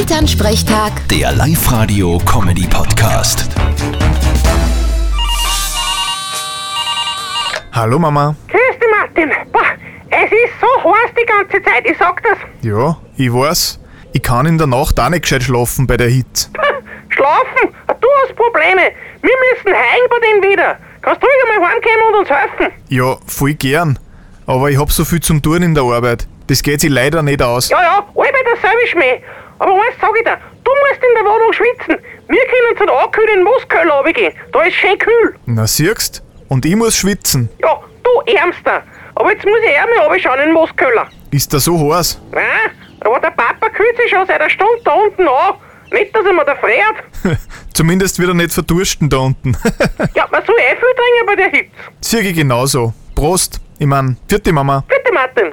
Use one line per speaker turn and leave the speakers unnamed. Elternsprechtag,
Der Live-Radio-Comedy-Podcast.
Hallo Mama.
Grüß dich, Martin. Boah, es ist so heiß die ganze Zeit, ich sag das.
Ja, ich weiß. Ich kann in der Nacht auch nicht gescheit schlafen bei der Hitze.
Schlafen, du hast Probleme. Wir müssen heim bei denen wieder. Kannst du ruhig einmal heimkommen und uns helfen?
Ja, voll gern. Aber ich hab so viel zum Tun in der Arbeit. Das geht sich leider nicht aus.
Ja, ja, alle bei derselbe Schmäh. Aber eins sag ich dir, du musst in der Wohnung schwitzen. Wir können zu den Ankühlen in Moskau runtergehen. Da ist schön kühl.
Na siehst, und ich muss schwitzen.
Ja, du Ärmster. Aber jetzt muss ich eher mal runterschauen in Moskauer.
Ist da so heiß?
Nein, aber der Papa kühlt sich schon seit einer Stunde da unten an. Nicht, dass er mir da friert.
Zumindest wird er nicht verdursten da unten.
Ja, man soll eh viel trinken bei der Hitze.
Sieh ich genauso. Prost. Ich mein, vierte Mama.
Bitte, Martin.